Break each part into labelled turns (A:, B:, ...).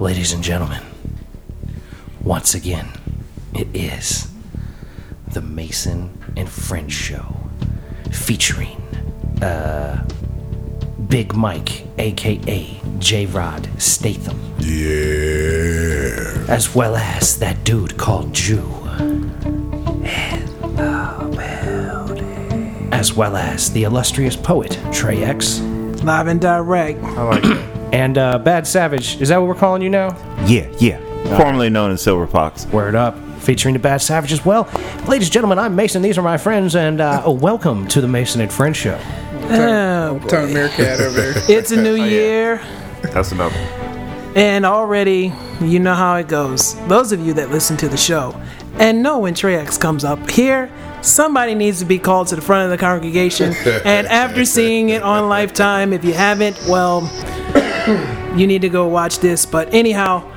A: Ladies and gentlemen, once again, it is the Mason and French Show featuring uh, Big Mike, aka J Rod Statham.
B: Yeah.
A: as well as that dude called Jew. As well as the illustrious poet Trey X
C: Live and direct.
A: and uh, Bad Savage. Is that what we're calling you now?
D: Yeah, yeah. Formerly known as Silver Fox.
A: Word up. Featuring the Bad Savage as well. Ladies and gentlemen, I'm Mason. These are my friends, and uh, oh, welcome to the Mason and Friends Show.
C: Oh, boy.
E: Tongue meerkat over there.
C: it's a new year,
D: Oh, That's another.
C: and already you know how it goes. Those of you that listen to the show and know when Trey X comes up here, somebody needs to be called to the front of the congregation. and after seeing it on Lifetime, if you haven't, well, you need to go watch this. But anyhow,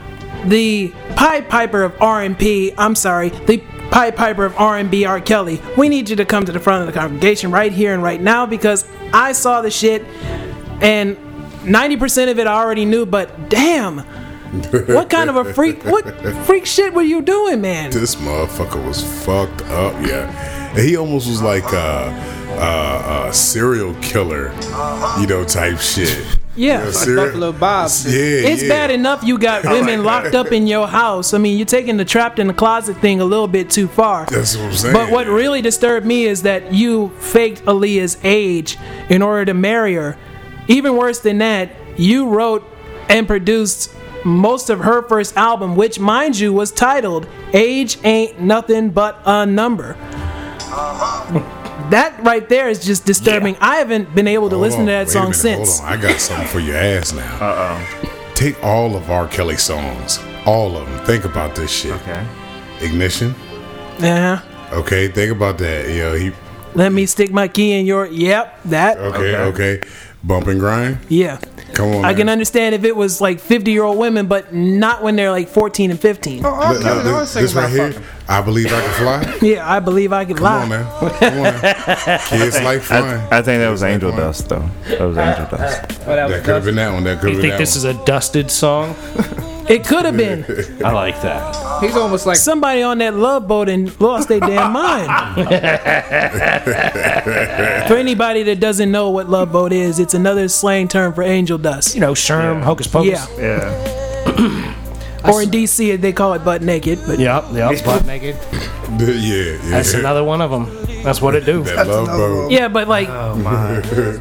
C: the Pied Piper of R&B, I'm sorry, the Pied Piper of R&B, R. Kelly. We need you to come to the front of the congregation right here and right now because I saw the shit and 90% of it I already knew, but damn. what kind of a freak what freak shit were you doing, man?
B: This motherfucker was fucked up, yeah. And he almost was like a, a, a serial killer, you know, type shit.
C: Yeah.
B: You know,
C: Like
B: seri-
E: Buffalo Bob.
B: Yeah,
C: It's
B: yeah.
C: bad enough you got women locked up in your house. I mean, you're taking the trapped in the closet thing a little bit too far.
B: That's what I'm saying.
C: But what really disturbed me is that you faked Aaliyah's age in order to marry her. Even worse than that, you wrote and produced most of her first album, which, mind you, was titled Age Ain't Nothing But a Number.
B: Uh-huh.
C: That right there is just disturbing. I haven't been able to
B: Hold
C: listen
B: on,
C: to that
B: wait a
C: song
B: minute,
C: since.
B: Hold on, I got something for your ass now. Uh oh. Take all of R. Kelly songs, all of them. Think about this shit.
D: Okay.
B: Ignition.
C: Yeah.
B: Okay, think about that. You know, he.
C: Let me stick my key in your. Yep, that.
B: Okay, okay. Bump and grind.
C: Yeah.
B: Come on.
C: I can
B: man.
C: understand if it was like 50 year old women, but not when they're like 14 and 15.
E: Oh, R.
B: Look,
E: Kelly
B: look,
E: always
B: this
E: sings
B: right
E: about
B: here.
E: fucking.
B: I believe I can fly.
C: Yeah, I believe I could
B: Come on
C: lie.
B: now. Come on now. Kids like
D: I,
B: flying.
D: I think that was
B: like
D: Angel
B: one.
D: Dust, though. That was Angel Dust.
E: Well, that was
B: that could have been that one. That could
A: You
B: have been
A: think
B: that
A: this
B: one.
A: is a dusted song?
C: It could have been
A: I like that.
E: He's almost like
C: somebody on that love boat and lost their damn mind. for anybody that doesn't know what love boat is, it's another slang term for angel dust.
A: You know, Sherm, Hocus Pocus.
C: Yeah.
D: Yeah.
C: Or in DC, they call it butt naked. But
A: Yep, yep. Butt naked.
B: yeah, yeah.
A: That's another one of them. That's what it do.
B: That love boat.
C: yeah, but like,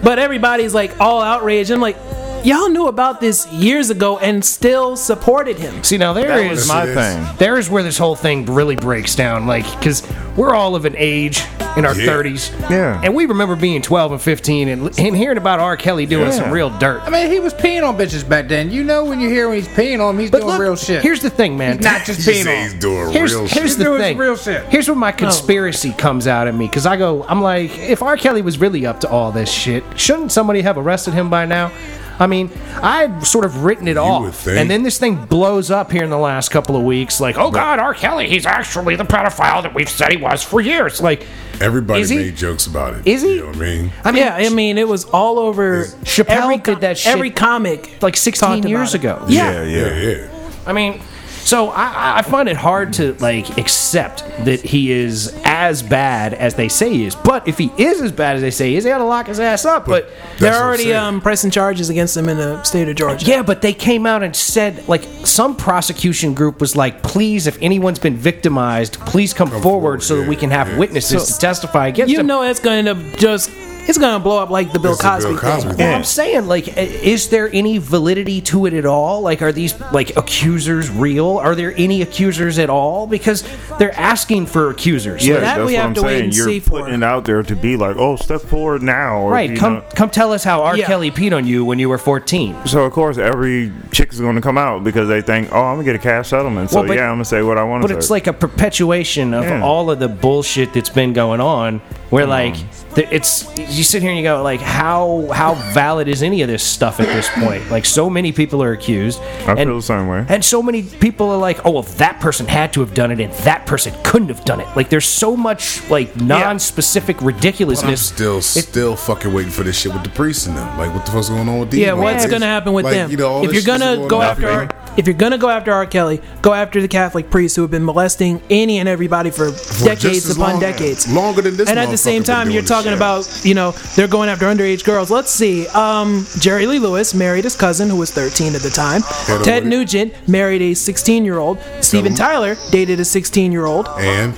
C: but everybody's like all outraged. I'm like, y'all knew about this years ago and still supported him.
A: See, now there
D: That
A: is
D: was my
B: Yes, it is.
D: thing.
A: there is where this whole thing really breaks down like because we're all of an age in our
B: Yeah.
A: 30s
D: Yeah.
A: and we remember being 12 and 15 and, and hearing about r kelly doing
D: Yeah.
A: some real dirt
E: I mean, he was peeing on bitches back then. You know when you hear when he's peeing on him, he's doing real shit.
A: here's the thing man
E: not just
B: He
E: peeing
B: say he's
E: on.
B: doing
A: Here's,
B: real shit.
A: here's
E: He's
A: the
E: doing
A: thing.
E: real shit.
A: Here's where my conspiracy comes out at me, because I go, I'm like, if R. Kelly was really up to all this shit, shouldn't somebody have arrested him by now? I mean, I've sort of written it
B: would
A: off,
B: think.
A: and then this thing blows up here in the last couple of weeks. Like, oh God, R. Kelly, he's actually the pedophile that we've said he was for years. Like,
B: Everybody
A: Is he-
B: made jokes about it.
A: is he?
B: You know what I mean?
A: I mean,
C: yeah, I mean, it was all over.
A: Chappelle
C: every,
A: did that shit
C: Every comic,
A: like
C: talked
A: 16
C: about
A: years
C: it.
A: ago.
B: Yeah, yeah. yeah.
A: I mean, so I- I, I find it hard to like accept that he is as bad as they say he is. But if he is as bad as they say he is, they got to lock his ass up. But
B: That's
C: They're
B: what I'm
C: already
B: saying.
C: um, pressing charges against him in the state of Georgia.
A: yeah, but they came out and said like some prosecution group was like, please, if anyone's been victimized, please come, forward,
B: forward,
A: so that
B: yeah,
A: we can have
B: yeah.
A: witnesses to testify against
C: you
A: him.
C: know it's going to just it's going to blow up like the Bill
B: It's the
C: Cosby.
B: Bill
C: thing.
B: Cosby.
A: Well,
B: thing.
A: I'm saying, like, i- is there any validity to it at all? Like, are these like accusers real? Are there any accusers at all? Because they're asking for accusers.
D: Yeah,
C: that
D: that's
C: we
D: what
C: have
D: I'm
C: to wait
D: saying.
C: and
D: You're
C: see for.
D: putting it out there to be like, oh, step forward now. Or,
A: Right,
D: you
A: come
D: know.
A: come tell us how R.
C: Yeah.
A: Kelly peed on you when you were 14.
D: So of course, every chick is going to come out because they think, oh, I'm gonna get a cash settlement. So
A: Well, but-
D: yeah, I'm gonna say what I want to
A: But
D: say.
A: it's like a perpetuation of
D: Yeah.
A: all of the bullshit that's been going on. Where like th- it's you sit here and you go like how how valid is any of this stuff at this point? Like so many people are accused.
D: I
A: and,
D: feel the same way.
A: And so many people are like, oh well, that person had to have done it, and that person couldn't have done it. Like there's so much like non-specific
B: But I'm
A: ridiculousness.
B: still, still fucking waiting for this shit with the priests and them. Like, what the fuck's going on with these?
C: Yeah, what's
B: motherfuckers?
C: going to happen with
B: Like,
C: them?
B: you know, all
C: if
B: this
C: you're
B: shit's
C: going to go
B: on.
C: after
D: Nothing.
C: If you're gonna go after R. Kelly, go after the Catholic priests who have been molesting any and everybody for, decades
B: just as
C: upon
B: long-
C: decades.
B: longer than this
C: And at the same
B: motherfucker been
C: time,
B: doing
C: you're
B: this
C: talking
B: shit.
C: about you know they're going after underage girls. Let's see. Um, Jerry Lee Lewis married his cousin who was 13 at the time.
B: Hit him
C: Ted
B: with it.
C: Nugent married a 16 year old. Steven
B: him.
C: Tyler dated a 16 year old.
B: And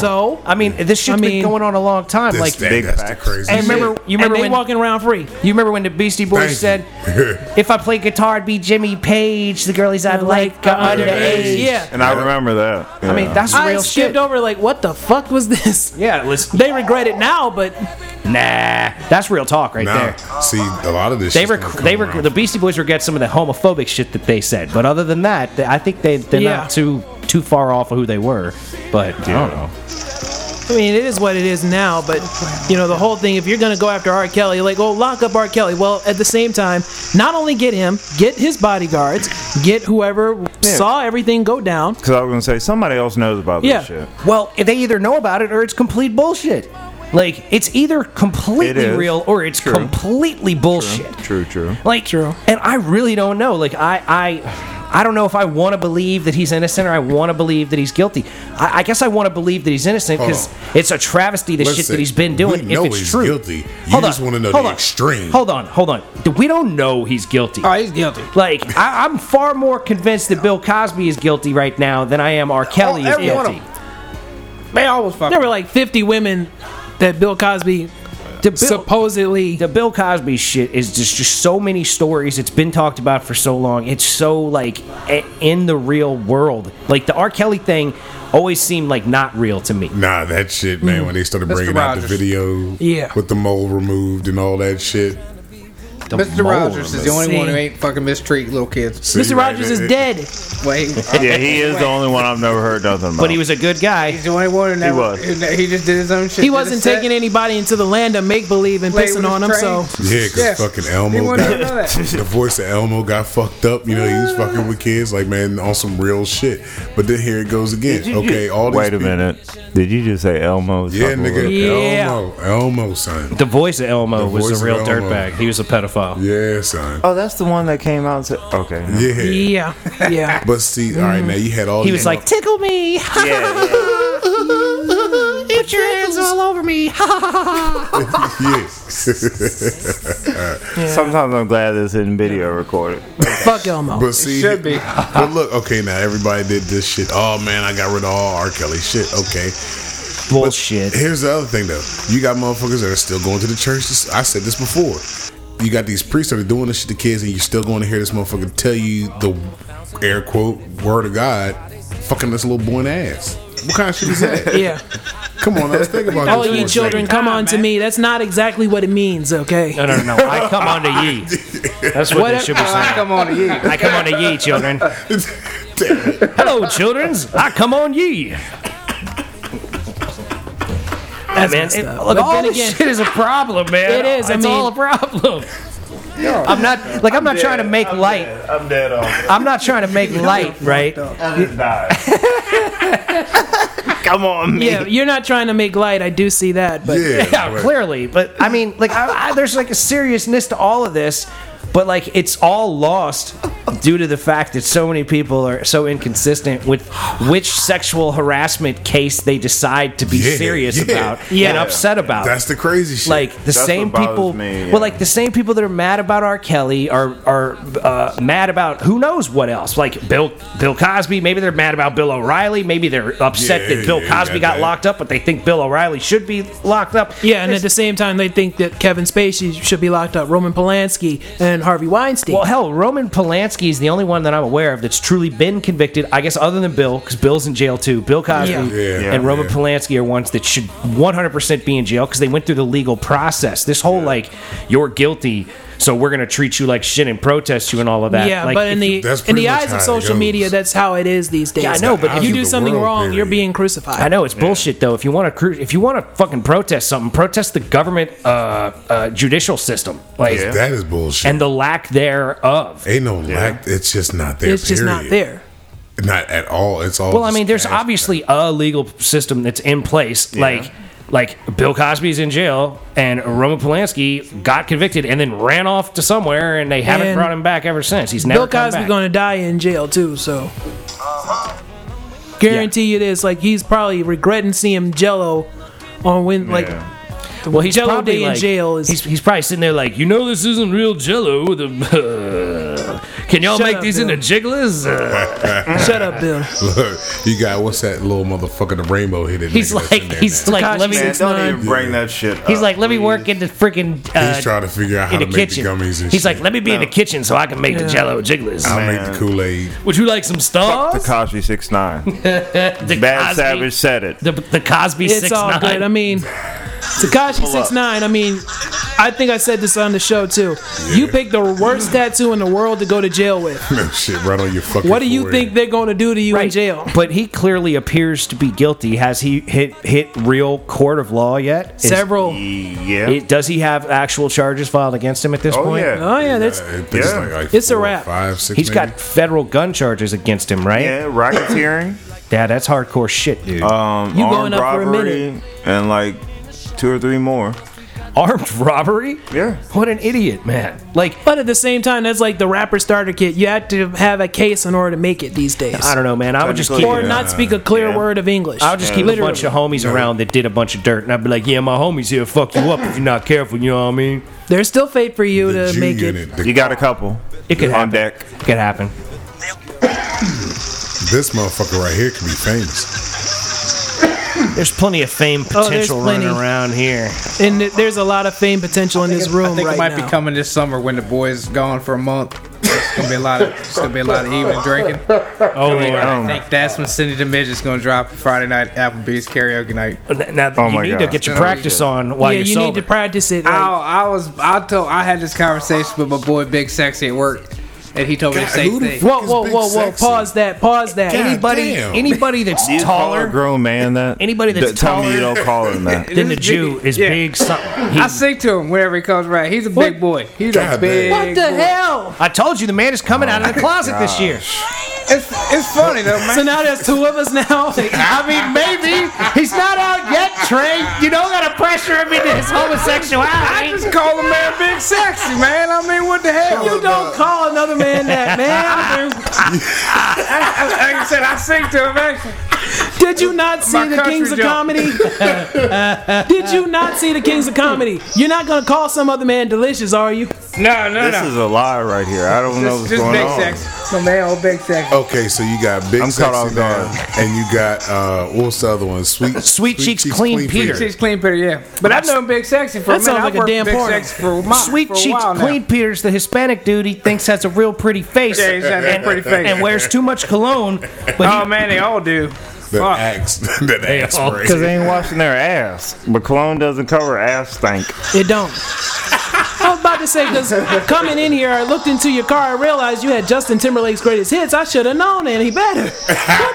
C: So
A: I mean, this shit's
C: I
A: been
C: mean-
A: going on a long time.
B: this
A: Like,
B: thing,
D: big
B: that's the
D: facts.
B: crazy.
A: and
B: shit.
A: remember, you remember
C: and they
A: when
C: walking around free.
A: you remember when the Beastie Boys said,
B: Thank
A: "If I play guitar, I'd be Jimmy Page. The girlies I'd like are underage."
B: underage.
C: Yeah.
D: And I remember that.
A: I mean,
D: Yeah.
A: that's
C: I
A: real
C: skipped
A: shit.
C: over like what the fuck was this?
A: Yeah, listen.
C: They regret it now, but
A: Nah, that's real talk right
B: nah,
A: there.
B: see a lot of this.
A: They
B: shit's
A: were
B: gonna come
A: they were
B: around.
A: the Beastie Boys regret some of the homophobic shit that they said, but other than that, they, I think they they're
C: Yeah.
A: not too too far off of who they were. But I don't know.
C: I mean it is what it is now. But you know the whole thing. If you're gonna go after R. Kelly, like oh lock up R. Kelly. Well, at the same time, not only get him, get his bodyguards, get whoever saw everything go down.
D: Because I was gonna say somebody else knows about
C: Yeah.
D: this shit.
A: Well, they either know about it or it's complete bullshit. Like it's either
D: It
A: completely
D: is.
A: real or it's
D: True.
A: completely bullshit.
D: True, true.
A: Like
C: True.
A: And I really don't know. Like I I I don't know if I want to believe that he's innocent or I want to believe that he's guilty. I, I guess I want to believe that he's innocent
B: Hold
A: because
B: on.
A: it's a travesty the shit
B: Listen,
A: that he's been doing.
B: we know
A: if it's
B: he's
A: true,
B: guilty. You just wanna know the extreme.
A: Hold on, hold on. We don't know he's guilty.
E: Oh, he's guilty.
A: Like I, I'm far more convinced that Bill Cosby is guilty right now than I am R. Kelly is
E: every one of
A: guilty.
E: They always fuck.
C: There were like 50 women that Bill Cosby
A: The Bill-
C: supposedly.
A: the Bill Cosby shit is just just so many stories. It's been talked about for so long. It's so like a- in the real world. Like the R. Kelly thing always seemed like not real to me.
B: Nah, that shit, man. When they started bringing out the
E: Rogers.
B: video,
C: Yeah.
B: with the mole removed and all that shit.
A: The
E: Mr.
A: mole
E: Rogers is the only
C: See.
E: one who ain't fucking mistreating little kids.
B: See,
C: Mr.
B: right,
C: Rogers
B: it-
C: is
B: it-
C: dead.
E: Wait,
D: Yeah, he is the only one I've never heard nothing about.
A: But he was a good guy.
E: He's the only one who never.
D: was.
E: who ne- He just did his own shit.
C: He wasn't taking
E: it.
C: anybody into the land of make believe and
E: Played
C: pissing
E: with
C: on
E: his
C: them. So
E: train.
B: Yeah, because
E: Yeah.
B: fucking
E: He
B: Elmo
E: wanted to know
B: got
E: that.
B: the voice of Elmo got fucked up. You know, he was fucking with kids, like man, on some real shit. But then here it goes again. okay, all these
D: Wait a
B: people-
D: minute. Did you just say Elmo?
B: Yeah, nigga,
C: Yeah.
B: Elmo, Elmo, son.
A: The voice of Elmo
B: The voice
A: was a
B: of
A: real
B: Elmo.
A: dirtbag. He was a pedophile.
B: Yeah, son.
D: Oh, that's the one that came out. And said, okay. Yeah.
B: Yeah.
C: yeah, yeah.
B: But see, all right, now you had all.
A: He
B: these
A: was like, "Tickle me, put your hands all over me."
B: yeah.
D: Sometimes I'm glad this isn't video recorded.
C: Fuck Elmo.
B: But see,
E: should be.
B: But look, okay, now everybody did this shit. Oh man, I got rid of all R. Kelly shit. Okay,
A: Bullshit.
B: Here's the other thing, though. You got motherfuckers that are still going to the churches. I said this before. You got these priests that are doing this shit to kids, and you're still going to hear this motherfucker tell you the air quote word of God, fucking this little boy in the ass. What kind of shit is that?
C: yeah.
B: Come on, let's think about
C: All
B: this.
C: you
B: for a
C: children,
A: "Ah,
B: second.
C: come on to me. That's not exactly what it means, okay?
A: No, no, no, no. I come on to ye. That's what, they
C: What-
A: should be
E: I
A: saying.
E: come on to you.
A: I come on to ye, children. Hello, childrens. I come on ye. Hey, man,
C: messed
A: it-
C: up.
A: look,
C: But
A: all
C: then
A: this
C: again-
A: shit is a problem, man.
C: It is, I
A: It's all a
C: mean-
A: problem. I'm not like I'm not trying to make light.
D: I'm dead on.
A: I'm not trying to make light, right?
D: I just died. Come on, man.
C: Yeah, you're not trying to make light. I do see that, but
B: Yeah,
A: Yeah,
B: but-
A: clearly. But I mean, like, I, I, there's like a seriousness to all of this, but like, it's all lost due to the fact that so many people are so inconsistent with which sexual harassment case they decide to be
B: Yeah,
A: serious
B: yeah.
A: about and
C: Yeah.
A: upset about.
B: That's the crazy shit.
A: like the
D: what
A: same
D: bothers
A: people,
D: me, yeah.
A: well, like the same people that are mad about R. Kelly are are uh, mad about who knows what else. Like Bill Bill Cosby, maybe they're mad about Bill O'Reilly. Maybe they're upset
B: Yeah,
A: that Bill
B: yeah,
A: Cosby
B: yeah,
A: got
B: yeah.
A: locked up, but they think Bill O'Reilly should be locked up.
C: yeah. And
A: It's-
C: at the same time, they think that Kevin Spacey should be locked up, Roman Polanski, and Harvey Weinstein.
A: Well, hell, Roman Polanski is the only one that I'm aware of that's truly been convicted. I guess other than Bill, because Bill's in jail too. Bill Cosby
C: Yeah.
B: Yeah. Yeah.
A: and Roman
B: Yeah.
A: Polanski are ones that should 100% be in jail because they went through the legal process. This whole like, you're guilty, so we're gonna treat you like shit and protest you and all of that.
C: yeah,
A: like,
C: but in
A: if you-
C: the
B: that's
C: in
B: pretty
C: the
B: much
C: eyes
B: how
C: of
B: it
C: social
B: goes.
C: media, that's how it is these days.
A: Yeah, I know, but
C: if you
B: eyes
C: do
B: of the
C: something
B: world,
C: wrong, you're
B: period.
C: being
A: I
C: crucified.
A: know it's bullshit though. If you want to, cru- if you want to fucking protest something, protest the government uh, uh, judicial system, like,
B: that is bullshit.
A: and the lack thereof.
B: Ain't no lack. It's just not there.
C: It's just not
B: period.
C: there.
B: Not at all. It's all.
A: Well, I
B: just
A: mean, there's
B: past that.
A: obviously a legal system that's in place. Like, like Bill Cosby's in jail and Roman Polanski got convicted and then ran off to somewhere and they haven't
C: And
A: brought him back ever since. He's never
C: Bill
A: come
C: Cosby
A: back. Uh-huh.
C: going to die in jail too, so guarantee you this. Like he's probably regretting seeing Jello on when like
D: Yeah.
A: Well, he's
C: Jello
A: probably
C: Day in
A: like-
C: jail is-
A: He's, he's probably sitting there like, you know, this isn't real Jello. The, can y'all
C: Shut
A: make
C: up,
A: these
C: Bill.
A: into jigglers? Uh,
C: shut up, Bill.
B: Look, you got what's that little motherfucker the rainbow hit?
A: he's like, he's like, let me.
D: Man,
C: Six
D: don't
C: nine.
D: even bring that shit up.
A: He's like, let me work
D: please.
A: in the freaking. Uh,
B: He's trying to figure out how
A: in the
B: to make the
A: kitchen.
B: gummies and
A: He's
B: shit.
A: like, let me be in the kitchen so I can make the Jello jigglers.
B: I'll
D: Man.
B: make the Kool Aid.
A: Would you like some
D: The
A: stars?
D: Cosby Six Nine.
A: The
D: Bad
A: Cosby-
D: Savage said it.
A: The, the Cosby
C: It's
A: six
C: all
A: nine.
C: good. I mean, Takashi six nine. I mean, I think I said this on the show too. You
B: Yeah.
C: picked the worst tattoo in the world to go to jail with.
B: No shit, right on your fucking.
C: What do you
B: forehead.
C: think they're going to do to you in jail?
A: But he clearly appears to be guilty. Has he hit hit real court of law yet? Is-
C: Several.
D: Yeah.
A: it- does he have actual charges filed against him at this
D: oh
A: point?
D: yeah.
C: Oh yeah, that's
B: I think it's
D: Yeah.
B: like, like
C: It's a
B: four,
C: wrap.
B: Five, six.
A: He's
B: maybe.
A: got federal gun charges against him, right?
D: yeah. Racketeering.
A: Yeah, that's hardcore shit, dude.
D: Um,
C: You
D: armed
C: going up for a
D: robbery,
C: minute.
D: And like two or three more.
A: Armed robbery?
D: Yeah.
A: What an idiot, man. Like,
C: But at the same time, that's like the rapper starter kit. You have to have a case in order to make it these days.
A: I don't know, man. I would just keep.
C: or not speak a clear
D: Yeah.
C: word of English.
A: I would just keep a bunch of homies around that did a bunch of dirt, and I'd be like, "Yeah, my homies here fuck you up if you're not careful." You know what I mean?
C: There's still fate for you
B: the
C: to
B: G
C: make
B: unit.
C: it.
B: The-
D: You got a couple.
A: It could
D: on
A: happen.
D: deck.
A: It could happen.
B: this motherfucker right here could be famous.
A: There's plenty of fame
C: Oh, there's
A: potential running
C: plenty.
A: around here.
C: And th- there's a lot of fame potential in this
E: I
C: room
E: think
C: right
E: it might
C: now.
E: be coming this summer when the boys gone for a month. It's gonna be a lot of it's gonna be a lot of evening drinking.
A: Oh,
E: I think that's when Cindy the Midget's gonna drop Friday night Applebee's karaoke night.
A: now
D: Oh
A: you
D: my
A: need to
D: God.
A: get your practice on while
C: yeah,
A: you're
C: you
A: sober.
C: need to practice it.
E: I,
C: like-
E: I was I told I had this conversation with my boy Big Sexy at work, and he told me the
B: God,
E: same
B: who the
E: thing.
B: fuck-
C: whoa, whoa,
B: Big
C: whoa, whoa!
B: sexy.
C: Pause that. Pause that.
B: God
A: anybody,
B: damn.
A: anybody that's
D: You call a
A: taller
D: grown man that?
A: Anybody that's
D: Th- Tell me you
A: taller-
D: don't call him that.
A: than the
E: This is
A: Jew
E: big-
A: is
E: yeah.
A: big. Something. He-
E: I sing to him whenever he comes around. He's a big boy. He's
B: God
E: a
B: damn.
E: big.
C: What the
E: boy.
C: hell?
A: I told you the man is coming out of the closet this year.
E: It's, it's funny though, man.
C: So now there's two of us now.
A: I mean, maybe he's not out yet, Trey. You don't gotta pressure him into his
E: I
A: homosexuality.
E: just call the man Big Sexy, man. I mean, what the hell?
C: you don't call another man that, man.
E: I, like I said, I sing to him. Man.
C: Did you not see
E: My
C: the
E: country
C: Kings of
E: joke.
C: Comedy? Did you not see the Kings of Comedy? You're not gonna call some other man delicious, are you?
E: No, no,
D: This
E: no.
D: is a lie right here. I don't know what's
E: just just
D: going
E: Big
D: on.
E: Sexy. No man, old Big Sexy.
B: Okay, so you got big
D: I'm
B: sexy
D: caught off guard.
B: now, and you got uh, what's the other one? Sweet,
A: Sweet Cheeks Clean Peter.
E: She's clean, Peter. Yeah, but I've known Big Sexy for a
C: That
E: minute.
C: sounds
E: I've
C: like a
E: worked
C: damn
E: Big
C: porno.
E: Sexy for a month,
A: Sweet
E: for a
A: cheeks,
E: while now.
A: clean Peters, the Hispanic dude, he thinks has a real pretty face,
E: Yeah, he's got a
A: and,
E: pretty face.
A: and wears too much cologne. But he,
E: Oh man, they all do.
B: The
E: Fuck.
B: axe, the axe
A: oh,
B: spray.
D: Because they ain't washing their ass. But cologne doesn't cover ass stink.
C: It don't. I was about to say because coming in here, I looked into your car. I realized you had Justin Timberlake's greatest hits. I should have known any better. What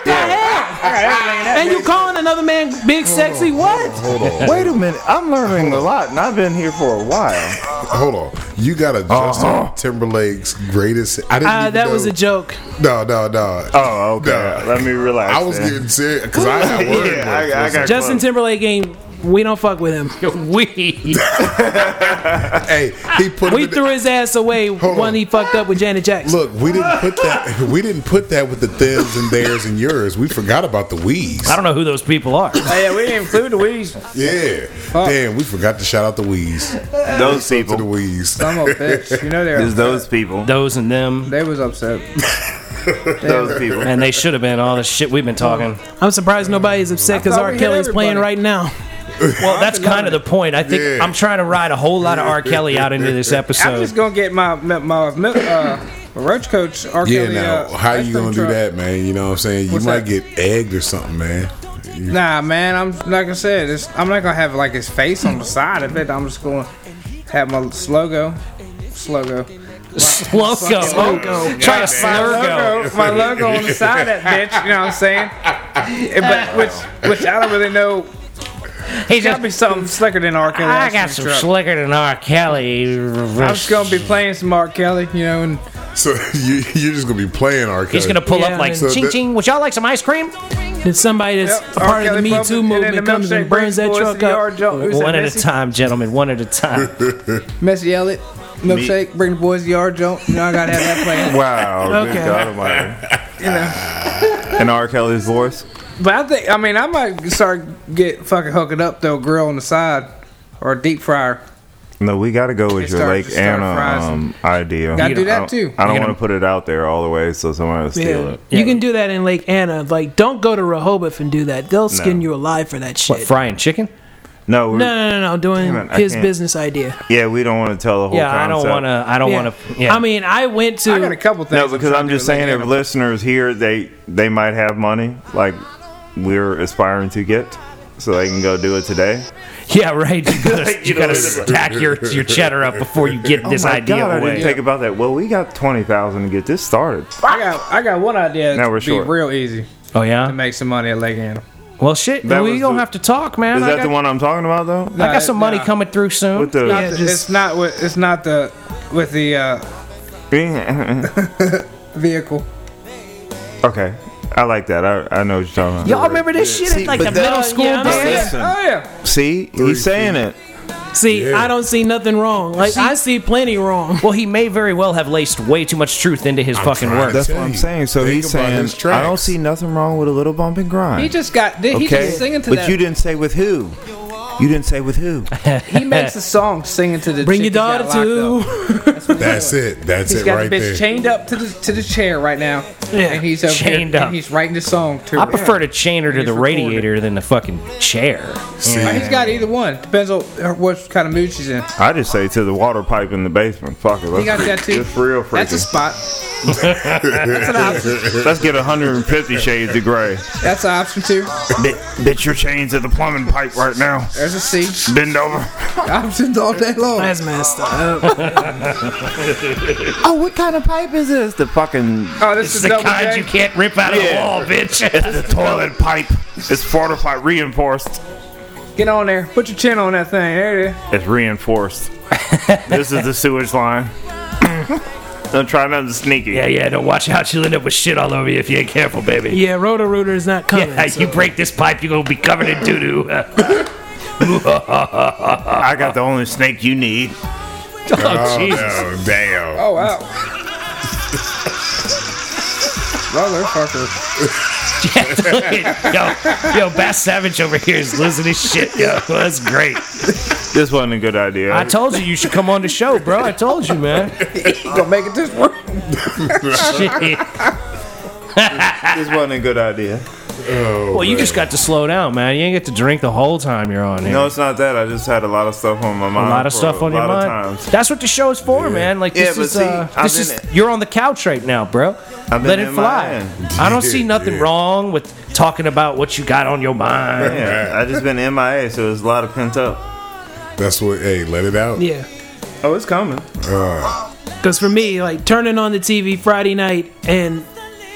C: the hell? And you calling another man big sexy? What?
B: Hold on,
D: Wait a minute. I'm learning a lot, and I've been here for a while.
B: hold on. You got a
D: Uh-huh.
B: Justin Timberlake's greatest. I didn't.
C: Uh,
B: even
C: that
B: know.
C: was a joke.
B: No, no, no.
D: Oh, okay.
B: Nah.
D: Let me relax.
B: I was
D: then.
B: getting serious because I got worried.
D: Yeah,
B: about it
D: I- I
B: for a
D: got-
C: Justin Timberlake ain't. We don't fuck with him.
A: we
B: second. Hey, he put.
C: We
B: him in the-
C: threw his ass away
B: Hold
C: when
B: on.
C: he fucked up with Janet Jackson.
B: Look, we didn't put that. We didn't put that with the thems and theirs and yours. We forgot about the wees.
A: I don't know who those people are.
E: Hey, yeah, we didn't include the weeds.
B: Yeah, damn, we forgot to shout out the wees.
D: Those
B: To the
D: people.
B: wees.
E: I'm a bitch. You know they're
D: It's those people.
A: Those and them,
E: they was upset.
D: Those people.
A: and they should have been all the shit we've been talking.
C: I'm surprised nobody's upset because
E: thought
C: R.
E: we
C: Kelly's
E: hit
C: playing
E: everybody.
C: right now.
A: Well, that's kind of the point. I think
B: Yeah.
A: I'm trying to ride a whole lot of R. Kelly out into this
E: I'm
A: episode.
E: just gonna get my my, my uh, roach coach. R.
B: Yeah,
E: Kelly,
B: now
E: uh,
B: how
E: ice
B: you
E: cream
B: gonna do
E: truck.
B: that, man? You know what I'm saying? You
E: What's
B: might
E: that?
B: get egged or something, man. You-
E: Nah, man. I'm like I said. It's, I'm not gonna have like his face on the side of it. I'm just gonna have my logo, logo,
A: Sloko.
C: Sloko.
A: Try to
E: my
A: slurgo.
E: logo, my logo on the side of that bitch. You know what I'm saying? Eh, But which which I don't really know.
A: He
E: Gotta
A: just,
E: be something slicker than R. Kelly.
A: I
E: That's
A: got
E: for
A: some
E: sure.
A: slicker than R. Kelly.
E: I'm just gonna be playing some R. Kelly, you know, and
B: So you, you're just gonna be playing R.
A: He's gonna pull
C: Yeah,
A: up like
C: so
A: ching
B: that-
A: ching. Would y'all like some ice cream?
C: If somebody that's
E: Yep,
C: a
E: R.
C: part of the
E: Kelly
C: Me
E: pumping,
C: Too
E: and then
C: movement
E: the
C: comes and
E: milkshake
C: burns that
E: boys
C: truck
E: in the
C: up,
E: yard jump. Who's that,
A: One at a
E: Missy?
A: time, gentlemen. One at a time.
E: Messy Elliott, milkshake, bring the boys to the yard jump. You know, I gotta have that playing.
D: Wow,
C: Okay.
D: good God Almighty!
E: you know,
D: And R. Kelly's voice.
E: but I think I mean I might start get fucking hooking up though, grill on the side or a deep fryer.
D: No, we got to go with
E: It
D: your
E: starts-
D: Lake
E: it starts
D: Anna
E: fries.
D: um, idea.
E: Gotta do
D: I
E: that
D: don't-
E: too.
D: I don't
A: You're
D: want to put it out there all the way, so someone will steal
C: Yeah.
D: it.
C: You can do that in Lake Anna. Like, don't go to Rehoboth and do that. They'll skin
D: No.
C: you alive for that shit.
A: What frying chicken?
D: No, we
C: no, no, no, no. Doing
D: Damn it, I
C: his
D: can't.
C: business idea.
D: yeah, we don't want to tell the whole.
A: Yeah, I don't
D: concept.
A: want to. I don't
C: Yeah.
A: want to. Yeah.
C: I mean, I went to.
E: I got a couple things.
D: No, because
E: trying
D: I'm
E: to
D: just
E: do, like,
D: saying, if
E: animal-
D: listeners here, they they might have money like we're aspiring to get, so they can go do it today.
A: yeah, right. You gotta, you gotta stack your your cheddar up before you get this
D: Oh My
A: idea
D: God, I
A: away.
D: didn't think about that. Well, we got twenty thousand to get this started.
E: I got I got one idea.
D: Now
E: to
D: we're
E: be
D: short.
E: real easy
A: oh
E: to
A: yeah.
E: make some money at Lake Anna.
A: Well, shit.
D: That
A: We
D: was
A: don't
D: the-
A: have to talk, man.
D: Is
A: I
D: that
A: got,
D: the one I'm talking about though?
A: I got some money
E: Nah.
A: coming through soon.
D: With the
E: Not the- it's not with it's not the with the uh, vehicle.
D: okay, I like that. I, I know what you're talking about.
A: Y'all remember this shit?
D: See,
A: at like
D: but
A: the
D: that-
A: middle school
C: Yeah, I know.
A: days.
D: Listen.
E: Oh yeah.
D: See, he's saying it.
C: see,
B: Yeah.
C: I don't see nothing wrong. Like, I see plenty wrong.
A: Well, he may very well have laced way too much truth into his fucking
B: trying
A: work.
B: to
D: That's what
B: Tell
D: I'm
B: you,
D: saying. So
B: think
D: he's
B: about
D: saying
B: his
D: I
B: tracks.
D: don't see nothing wrong with a little bump and grind.
E: He just got did he
D: okay,
E: just singing to
D: but
E: that.
D: you didn't say with who. You didn't say with who.
E: he makes a song singing to the
C: Bring your
E: chick he
C: daughter
E: got locked up.
C: to.
B: That's it. That's
E: He's
B: it
E: got
B: right
E: the bitch
B: there.
E: chained up to the to the chair right now.
C: Yeah,
E: and he's over
A: chained
E: here,
A: up.
E: And he's writing the song to
A: I
E: her.
A: prefer to chain her to
E: He's
A: the
E: recorded.
A: radiator than the fucking chair.
B: See,
E: Or He's got either one. Depends on her- what kind of mood she's in.
D: I just say to the water pipe in the basement. Fuck it. Let's,
E: He got that too.
D: It's real
E: That's a
D: freaking.
E: spot. That's an option.
D: Let's get 150 shades of gray.
E: That's an option too.
D: Bitch, your chains at the plumbing pipe right now.
E: There's a C.
D: Bend over.
E: Options all day long.
C: That's messed up.
D: Oh, what kind of pipe is this? The fucking
E: Oh, this
A: It's
E: is
A: the
E: double
A: kind
E: J.
A: you can't rip out of the
D: Yeah.
A: wall, bitch.
D: the toilet pipe. It's fortified, reinforced.
E: Get on there. Put your chin on that thing. There it is.
D: It's reinforced. this is the sewage line. Don't try nothing sneaky.
A: yeah, yeah, don't watch out. You'll end up with shit all over you if you ain't careful, baby.
C: yeah, Roto Rooter is not coming.
A: Yeah, you break this pipe, you're gonna be covered in doo doo. oh,
D: I got the only snake you need.
A: Jesus.
B: oh, damn.
E: Oh wow. Motherfucker.
A: yo, yo, Bass Savage over here is losing his shit. Yo, that's great.
D: This wasn't a good idea.
A: I told you you should come on the show, bro. I told you, man.
E: You gonna make it this way?
A: Shit.
D: this wasn't a good idea.
B: Oh,
A: Well, you
B: man.
A: just got to slow down, man. You ain't get to drink the whole time you're on here.
D: No, it's not that. I just had a lot of stuff on my mind.
A: a lot of
D: for
A: stuff on
D: a
A: your
D: lot of
A: mind.
D: times.
A: That's what the show's for, man. Like
D: Yeah,
A: this
D: but
A: is
D: see,
A: uh,
D: I've
A: this
D: been
A: is
D: in-
A: you're on the couch right now, bro.
D: I've been
A: Let it
D: in
A: fly.
D: mine.
A: I don't see
B: Yeah,
A: nothing
B: yeah.
A: wrong with talking about what you got on your mind.
D: Yeah, I just been MIA, so there's a lot of pent up.
B: Oh, That's what. Hey, let it out. Uh,
C: yeah.
D: Oh, it's coming.
C: Because for me, like turning on the TV Friday night, and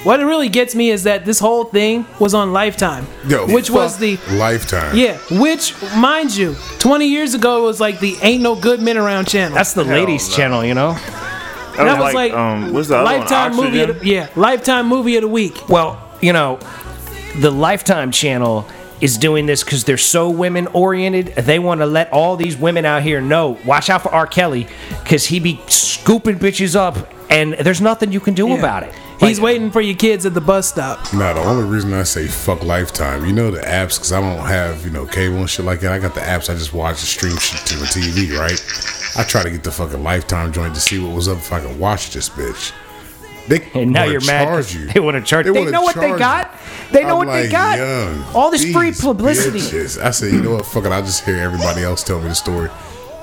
C: what it really gets me is that this whole thing was on Lifetime,
B: Yo,
C: which was
B: fuck
C: the
B: lifetime.
C: yeah, which mind you, 20 years ago was like the Ain't No Good Men Around channel.
A: That's the
D: Hell
A: ladies'
D: no.
A: channel, you know.
D: That was like, um, what's the other one?
C: Lifetime movie, of the,
D: Oxygen?
C: yeah, Lifetime movie of the week.
A: Well, you know, the Lifetime channel is doing this because they're so women oriented. They want to let all these women out here know watch out for R. Kelly because he be scooping bitches up and there's nothing you can do
C: Yeah.
A: about it.
C: He's
A: Like,
C: waiting for your kids at the bus stop.
B: Now the only reason I say fuck Lifetime, you know the apps, because I don't have you know cable and shit like that. I got the apps. I just watch the stream shit to the TV, right? I try to get the fucking Lifetime joint to see what was up if I could watch this bitch. They
A: And now
B: wanna
A: you're mad. 'cause
B: Charge you.
A: They want to charge.
B: They
A: They,
B: wanna
A: know what they
B: charge
A: got.
B: you.
A: They know
B: I'm
A: what they
B: like,
A: got.
B: young,
A: All this free
B: these
A: publicity.
B: bitches. I said, you know what? Fuck it. I'll just hear everybody else tell me the story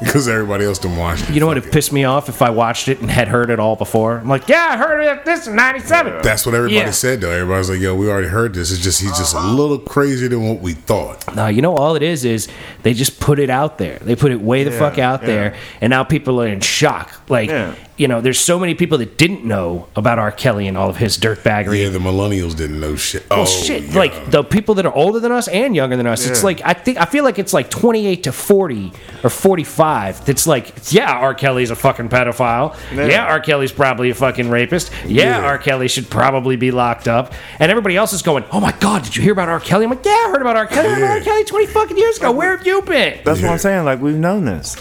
B: because everybody else done watched it.
A: You know what?
B: Fuck
A: It pissed me off if I watched it and had heard it all before. I'm like, yeah, I heard it. This in '97.
B: That's what everybody
A: Yeah.
B: said though. Everybody's like, yo, we already heard this. It's just he's just a little crazier than what we thought.
A: No, Uh, you know all it is is they just put it out there. They put it way the fuck out
D: yeah.
A: there, and now people are in shock. Like
D: Yeah.
A: you know, there's so many people that didn't know about R. Kelly and all of his dirtbaggery.
B: Yeah, the millennials didn't know shit.
A: Well,
B: oh
A: shit,
B: yeah.
A: like the people that are older than us and younger than us, it's
D: Yeah.
A: like I think I feel like it's like 28 to 40 or 45. That's like, yeah, R. Kelly's a fucking pedophile. Yeah, R. Kelly's probably a fucking rapist. Yeah,
B: Yeah.
A: R. Kelly should probably be locked up. And everybody else is going, oh my god, did you hear about R. Kelly? I'm like, yeah, I heard about R. Kelly. I heard about R.
B: Yeah.
A: Kelly 20 fucking years ago. Where have you been?
D: That's what
B: Yeah.
D: I'm saying. Like we've known this.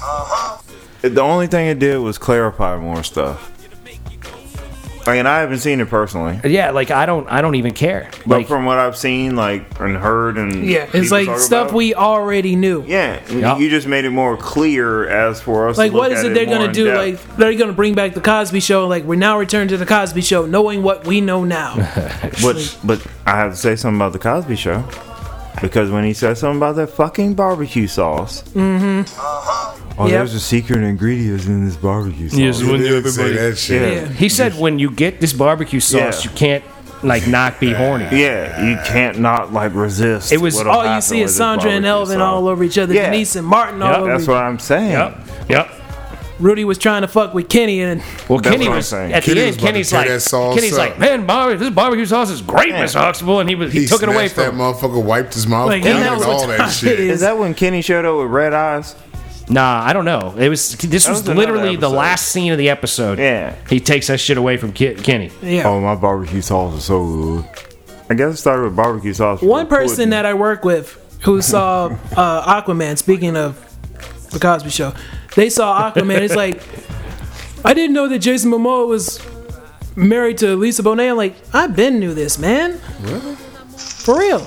D: Uh-huh. It- The only thing it did was clarify more stuff. Like, and I haven't seen it personally,
A: Yeah, like I don't, I don't even care.
D: but
A: Like,
D: from what I've seen, like and heard, and
C: Yeah,
D: people
C: it's like
D: talk
C: stuff
D: about,
C: we already knew.
D: Yeah, and
A: Yeah.
D: you just made it more clear as for us. to
C: Like, what
D: look
C: is
D: at
C: it they're
D: more
C: gonna
D: in
C: do?
D: depth.
C: Like, they're gonna bring back the Cosby Show. Like, we're now returned to the Cosby Show, knowing what we know now.
D: But but I have to say something about the Cosby Show because when he said something about that fucking barbecue sauce. Mm-hmm. Oh,
C: Uh-huh. Yep.
D: there's a secret ingredient in this barbecue sauce.
A: Yes,
B: They
A: when
B: did say that shit.
D: Yeah.
C: yeah,
A: he said, when you get this barbecue sauce,
D: Yeah.
A: you can't like not be horny.
D: Yeah, you can't not like resist.
A: It was-
D: what'll
C: all you
D: happen
C: see
D: with
C: is
D: this
C: Sandra and
D: barbecue
C: Elvin
D: sauce.
C: all over each other,
D: Yeah.
C: Denise and Martin
A: Yeah,
C: all over.
D: That's
C: each-
D: what I'm saying.
A: Yep. Yep.
C: Rudy was trying to fuck with Kenny, and
A: Well,
D: That's
A: Kenny
D: what I'm
A: was
D: saying.
A: at
B: Kenny
A: the
B: was
A: end.
B: about to
A: Kenny's
B: tear
A: like,
B: that sauce
A: Kenny's
B: up.
A: like, man, bar- this barbecue sauce is great,
D: Yeah.
A: Miss Huxtable, and he was he,
B: He
A: took it away
B: snatched that
A: from. him.
B: motherfucker, wiped his mouth,
C: Like,
B: like,
C: and
B: and
C: that was
B: all
C: what
B: that
C: time
B: shit.
C: it
D: Is that when Kenny showed up with red eyes?
A: Nah, I don't know. It was this was,
D: was another
A: literally the
D: episode.
A: last scene of the episode.
D: Yeah.
A: he takes that shit away from Ki- Kenny.
C: yeah.
D: Oh, my barbecue sauce is so good. I guess it started with barbecue sauce.
C: One person that I work with who saw uh, Aquaman, speaking of the Cosby Show, they saw Aquaman. It's like, I didn't know that Jason Momoa was married to Lisa Bonet. I'm like, I've been knew this, man. For real.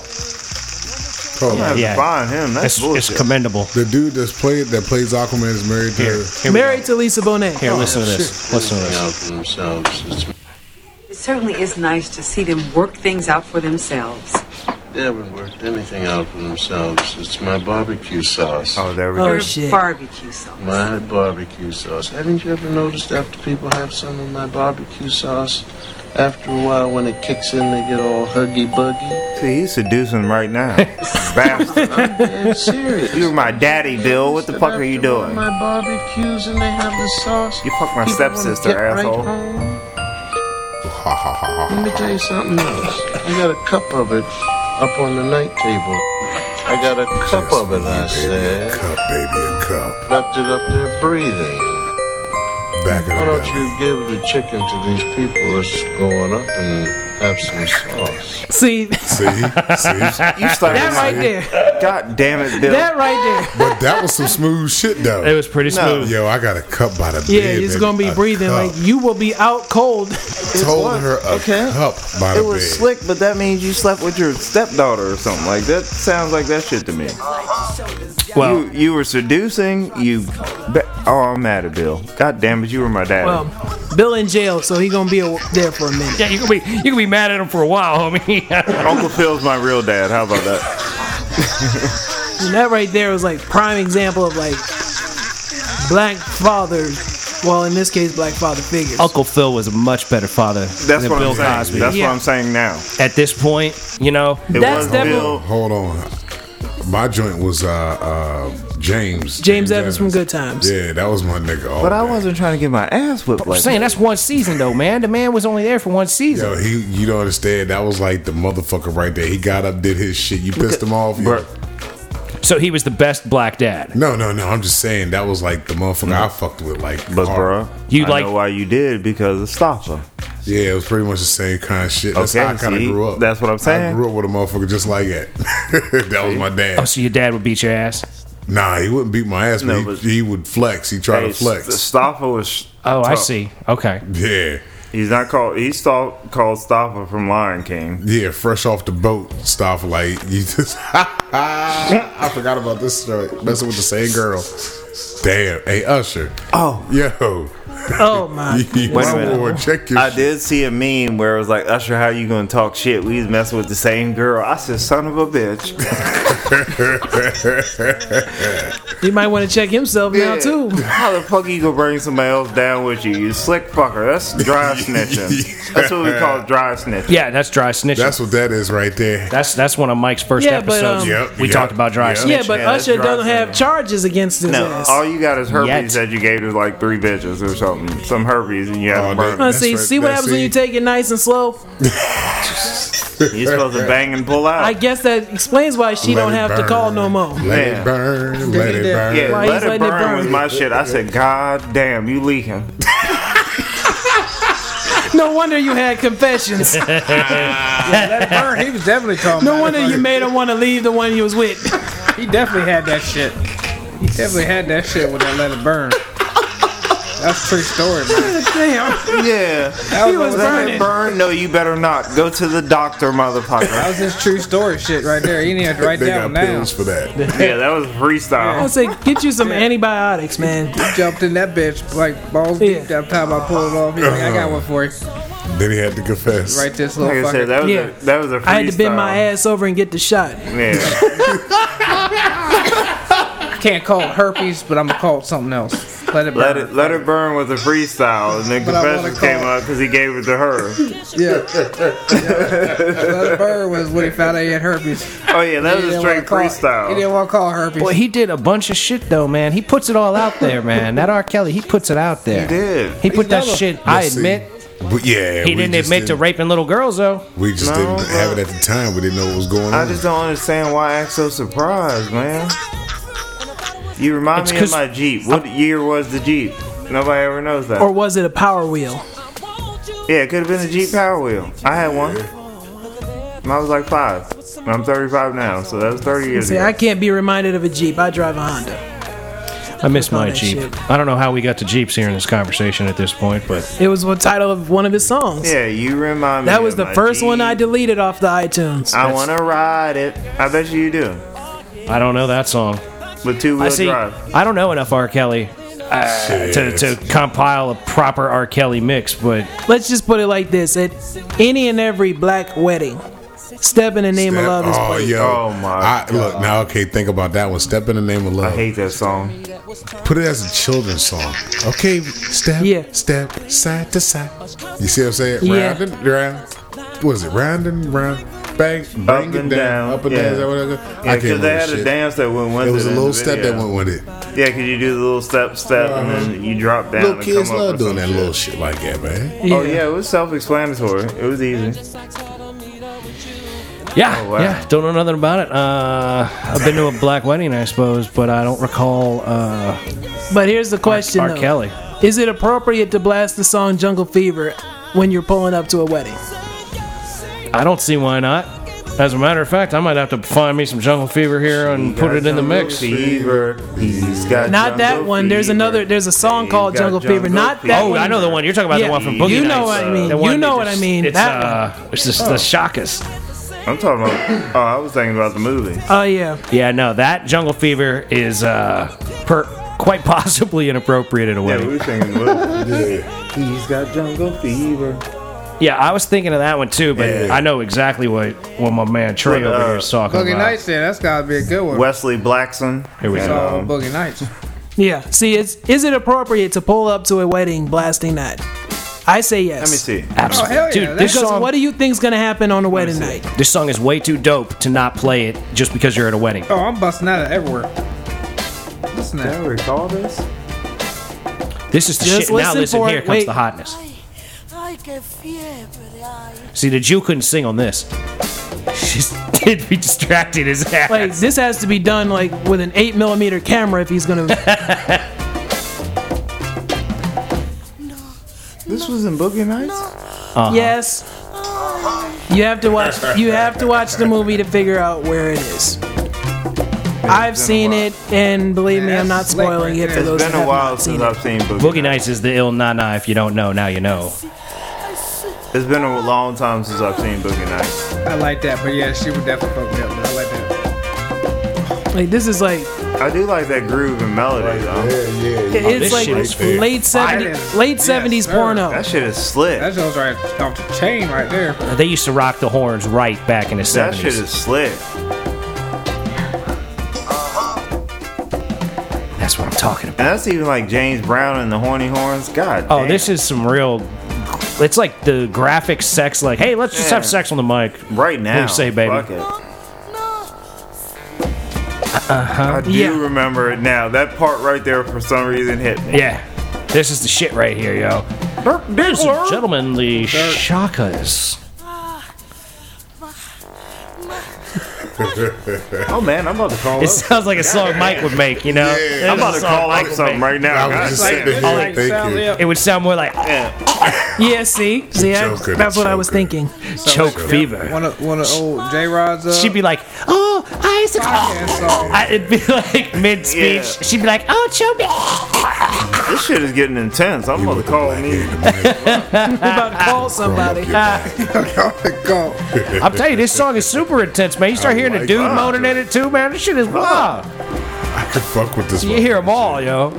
B: Oh,
A: Yeah.
D: I yeah. find him. That's
A: It's, it's
D: bullshit.
A: commendable.
B: The dude that's played that plays Aquaman is married to.
A: Here, here we go.
C: Married to Lisa Bonet.
A: Here, listen to this. Listen to this.
F: out for themselves. It's,
G: It certainly is nice to see them work things out for themselves.
F: they haven't worked anything out for themselves. It's my barbecue sauce.
D: Oh, there we
C: Oh,
D: go.
G: Or
C: shit.
G: barbecue sauce.
F: My barbecue sauce. Haven't you ever noticed after people have some of my barbecue sauce, after a while when it kicks in, they get all huggy buggy?
D: See, he's seducing right now. Bastard.
F: I'm dead serious.
D: You're my daddy, Bill. What the fuck are you
F: After all
D: doing?
F: My barbecues and they have the sauce.
D: You fucked my
F: people wanna
D: stepsister,
F: get right
D: asshole.
F: home.
B: Ha ha ha ha.
F: Let me tell you something else. I got a cup of it up on the night table. I got a cup of it,
B: Baby,
F: I
B: a
F: said.
B: cup, baby, a cup.
F: Left it up there breathing.
B: Back
F: Why
B: of
F: don't
B: the
F: you
B: belly.
F: give the chicken to these people that's going up and have some sauce?
C: See,
B: See, see.
D: You started
C: that right there.
D: God damn it, Bill.
C: That right there.
B: But that was some smooth shit though.
A: It was pretty smooth.
B: Yo, I got a cup by the bed.
C: Yeah, it's
B: baby,
C: gonna be
B: a
C: breathing.
B: cup.
C: Like, you will be out cold.
B: told
D: was.
B: her a
D: Okay.
B: cup by
D: It
B: the bed.
D: was slick, but that means you slept with your stepdaughter or something like that. Sounds like that shit to me.
A: Well,
D: you, you were seducing. You. Ba- oh, I'm mad at Bill. God damn it, you were my daddy.
C: Well, Um, Bill in jail, so he gonna be a, there for a minute.
A: yeah, you can be you can be mad at him for a while, homie.
D: Uncle Phil's my real dad. How about that?
C: And that right there was like prime example of like black fathers. Well, in this case, black father figures.
A: Uncle Phil was a much better father
D: That's
A: than
D: what
A: Bill
D: I'm saying.
A: Cosby.
D: That's
C: Yeah.
D: what I'm saying now.
A: At this point, you know,
D: It
C: That's
D: was
C: definitely-
D: Bill.
B: Hold on. My joint was uh, uh, James.
C: James Evans from Good Times.
B: Yeah, that was my nigga. all
D: But I
B: day.
D: wasn't trying to get my ass whipped
A: I'm
D: like
A: saying that's one season though, man. The man was only there for one season.
B: Yo, he, you don't understand. That was like the motherfucker right there. He got up, did his shit. You pissed him off. yo.
D: Bro,
A: So he was the best black dad.
B: No, no, no. I'm just saying that was like the motherfucker I fucked with. Like,
D: Mm. But
B: hard.
D: bro,
A: You
D: I
A: like-
D: know why you did because of Stopper.
B: yeah, it was pretty much the same kind of shit. That's
D: Okay,
B: how I kind of
D: see?
B: grew up.
D: That's what I'm
B: I
D: saying.
B: grew up with a motherfucker just like that. that was my
A: Oh,
B: dad.
A: so your dad would beat your ass?
B: Nah, he wouldn't beat my ass, but,
D: No,
B: he,
D: but-
B: he would flex. He tried
D: Hey,
B: to flex.
D: S- Stopper was.
A: Oh, I
D: tough.
A: see. Okay.
B: yeah,
D: He's not called. He's sta- called Stopper from Lion King.
B: yeah. Fresh off the boat stuff. Like you just. I forgot about this story. Messing with the same girl. Damn. Hey Usher.
D: Oh.
B: Yo.
C: Oh my!
B: Wait
D: a minute.
B: Check your
D: I
B: shit.
D: did see a meme where it was like, Usher, how you gonna talk shit? We was messing with the same girl. I said, son of a bitch.
C: He might want to check himself now too.
D: How the fuck you gonna bring somebody else down with you? You slick fucker. That's dry snitching. That's what we call dry snitching.
A: Yeah, that's dry snitching.
B: That's
A: That's
B: what that is right there.
A: that's, one of Mike's first
C: Yeah, but,
A: episodes.
C: um,
B: Yep,
A: we
B: yep,
A: talked about dry
B: yep.
A: snitching.
C: Yeah, but
D: Yeah, that's
C: Usher
D: dry
C: doesn't have
D: snitching.
C: charges against his
D: No,
C: this.
D: All you got is herpes
A: Yet.
D: that you gave to like three bitches or something. Some herpes and you
B: Oh,
D: have
B: damn.
D: burn.
C: Let's see.
B: That's right,
C: See what
B: that's
C: happens when
B: it.
C: you take it nice and slow.
D: You're supposed to bang and pull out.
C: I guess that explains why she
B: Let
C: don't
B: it
C: have to
B: burn.
C: call no more.
B: Let
D: Yeah.
B: it burn. Let it burn.
D: yeah,
C: Why
D: let
C: he's
D: it
C: letting it
D: burn, was
C: burn?
D: my shit. I said, God damn, you leaking.
C: No wonder you had confessions.
E: Let it burn. He was definitely talking.
C: No
E: about
C: wonder
E: it.
C: you made her want to leave the one you was with.
E: He definitely had that shit. He definitely had that shit with that let it burn. That's a true story. Man.
C: Damn.
D: Yeah.
E: That
C: He was
E: that-
D: Let
C: burning.
D: it burn? No, you better not. Go to the doctor,
E: That
D: motherfucker.
E: was his true story shit right there. You need to write
B: They
E: that one
B: got
E: down.
B: pills for that.
D: yeah, that was
C: I
D: freestyle.
C: say, get you some antibiotics, man.
E: Jumped in that bitch like balls deep.
C: Yeah.
E: That time I pulled it off. He's like, I got one for you.
B: Then he had to confess.
E: Write this little
D: Uh-huh. Like I
E: fucking.
D: said, that was,
C: Yeah.
D: a, that was a freestyle.
C: I had to bend my ass over and get the shot.
D: Yeah.
E: I can't call it herpes, but I'm gonna call it something else. Let it burn.
D: Let it, let it burn was a freestyle, and then
E: But I wanna
D: confessions came
E: call-
D: up because he gave it to her.
E: Let it burn was when he found out he had herpes.
D: Oh yeah, that was a straight
E: He
D: freestyle.
E: didn't want to call it herpes.
A: Well, he did a bunch of shit though, man. He puts it all out there, man. That R. Kelly, he puts it out there. He
D: did.
A: He put that
E: never-
A: shit. I
B: Let's see.
A: admit,
B: But yeah,
A: he
B: we
A: didn't
B: just
A: admit to raping little girls though.
B: We just
D: No,
B: didn't have it
D: bro.
B: at the time. We didn't know what was going on.
D: I just don't understand why I act so surprised, man. You remind
A: It's
D: me
A: 'cause-
D: of my Jeep. What year was the Jeep? Nobody ever knows that.
C: Or was it a power wheel?
D: yeah, it could have been a Jeep Power Wheel. I had one. When I was like five. And I'm 35 now, so that was 30 years
C: See,
D: ago.
C: I can't be reminded of a Jeep. I drive a Honda.
A: I miss my
C: that
A: Jeep.
C: shit.
A: I don't know how we got to Jeeps here in this conversation at this point, but
C: It was the title of one of his songs.
D: yeah, you remind me.
C: That was
D: of
C: the
D: my
C: first one I
D: Jeep. Ah.
C: deleted off the iTunes.
D: I want to ride it. I bet you you do.
A: I don't know that song.
D: With two
A: I
D: wheel
A: see.
D: drive.
A: I don't know enough R. Kelly uh, to, to compile a proper R. Kelly mix, but
C: Let's just put it like this: at any and every black wedding, "Step in the Name
B: Step-
C: of Love" is
B: oh,
C: played.
B: yo.
D: Oh, my
B: I, look, now, okay, think about that one. Step in the name of
D: I
B: love.
D: hate that song.
B: Put it as a children's song. Okay, step,
C: Yeah.
B: step, side to side. You see what I'm saying?
C: Yeah.
B: Round and round. What was it? Round and round. Bang, bring
D: Up
B: it
D: and
B: down.
D: down,
B: Up and
D: yeah.
B: down. Is that what I did?
D: Yeah,
B: I
D: because
B: can't
D: they
B: remember
D: had a
B: shit.
D: dance that went with
B: It
D: it
B: was a
D: in the
B: little step that
D: video.
B: went with it.
D: Yeah, because you do the little step, step, and then you drop down.
B: Little
D: and
B: kids
D: come up
B: love
D: with
B: doing
D: some
B: that
D: shit.
B: little shit like that, man.
D: Oh yeah, it was self-explanatory. It was easy.
A: yeah,
D: Oh, wow.
A: yeah, don't know nothing about it. Uh, I've been to a black wedding, I suppose, but I don't recall uh,
C: But here's the question:
A: R.
C: though.
A: Kelly.
C: Is it appropriate to blast the song "Jungle Fever" when you're pulling up to a wedding?
A: I don't see why not. As a matter of fact, I might have to find me some jungle fever here and put it in the mix.
D: Fever. He's got
C: Not that
D: jungle
C: one. There's
D: fever.
C: another. There's a song
D: He's
C: called
D: got
C: Jungle, Fever.
D: jungle
C: Not that
A: Oh,
D: fever.
A: I know the one you're talking about. The
C: Yeah,
A: one from Boogie
D: you
A: Nights.
C: know what I mean.
A: The one
C: You know
A: that
C: what I
A: just-
C: mean.
A: It's,
C: That
A: uh, it's just the shockers.
D: I'm talking about. Oh, I was thinking about the movie.
C: Oh yeah.
A: Yeah, no, that jungle fever is uh, per- quite possibly inappropriate in a
D: Yeah, we
A: way.
D: were thinking. Well, he's got jungle fever.
A: Yeah, I was thinking of that one too, but
B: Yeah.
A: I know exactly what, what my man Trey
D: But,
A: over
D: uh,
A: here is talking
E: Boogie
A: about.
E: Nights, yeah, that's gotta be a good one.
D: Wesley Blackson.
A: Here we
D: And,
A: go.
E: Oh,
D: um,
E: Boogie Nights.
C: Yeah. See, it's is it appropriate to pull up to a wedding blasting that? I say yes.
D: let me see.
A: Absolutely.
E: Oh, hell yeah,
A: Dude, this
E: that's-
C: Because
A: song,
C: what do you think's gonna happen on a wedding night?
A: this song is way too dope to not play it just because you're at a wedding.
E: Oh, I'm busting out of everywhere. Listen to
D: Can I
E: that.
D: recall this?
A: This is the
C: Just
A: shit. Now
C: listen
A: listen,
C: for
A: here
C: it.
A: comes
C: Wait.
A: the hotness. See, the Jew couldn't sing on this. Just did be distracted as ass.
C: Like this has to be done like with an eight millimeter camera if he's gonna.
D: This was in Boogie Nights.
A: Uh-huh.
C: Yes. You have to watch. You have to watch the movie to figure out where it is. I've seen it, and believe me,
E: Man,
C: I'm not
E: that's slick
C: spoiling it
E: right
C: for
E: there.
C: those that
D: It's been a
C: have
D: while
C: not
D: since
C: seen it.
D: I've seen Boogie,
A: Boogie Nights is the ill nana. If you don't know, now you know.
D: Nights. It's been a long time since I've seen Boogie Nights.
E: I like that, but yeah, she would definitely fuck me up. I like that.
C: Like this is like
D: I do like that groove and melody though.
B: yeah, yeah.
A: this
C: it's like
A: shit is
B: fire.
C: late 70s,
E: Yes,
C: late 70s
E: sir.
C: porno.
D: That shit is slick.
E: That show's right off the chain right there.
A: They used to rock the horns right back in the
D: That shit
A: seventies.
D: is slick.
A: That's what I'm talking about.
D: And that's even like James Brown and the Horny Horns. God.
A: Oh,
D: damn.
A: this is some real. It's like the graphic sex. Like, hey, let's just
D: Yeah.
A: have sex on the mic.
D: right now.
A: What do you say, baby?
D: Fuck it.
A: Uh-huh.
D: I do
C: Yeah.
D: remember it now. That part right there, for some reason, hit me.
A: Yeah. This is the shit right here, yo. Ladies and gentlemen, the shakas.
D: Oh man, I'm about to call.
A: It
D: Up.
A: sounds like a song Mike would make, you know?
B: Yeah.
D: I'm about to call
A: Mike
D: up something right now.
B: I was
D: God
B: just
D: damn.
B: sitting there.
E: Like,
B: Thank
E: sound
B: you.
E: it up.
A: It would sound more like
C: Yeah, see, see, I-
B: Joker,
C: that's what I
B: Joker.
C: was thinking.
A: choke fever.
E: One of one of old J Rod's. Uh,
A: She'd be like, oh, Isaac.
E: podcast songs.
A: I, it'd be like mid speech.
D: Yeah.
A: She'd be like, oh, choke me.
D: This shit is getting intense. I'm about to call me.
C: We about to call somebody.
E: Oh my God.
A: I'm telling you, this song is super intense, man. You start
B: Oh
A: hearing
B: my
A: a dude
B: God.
A: moaning in it too, man. This shit is wild.
B: I could fuck with this
A: You hear them all, yo.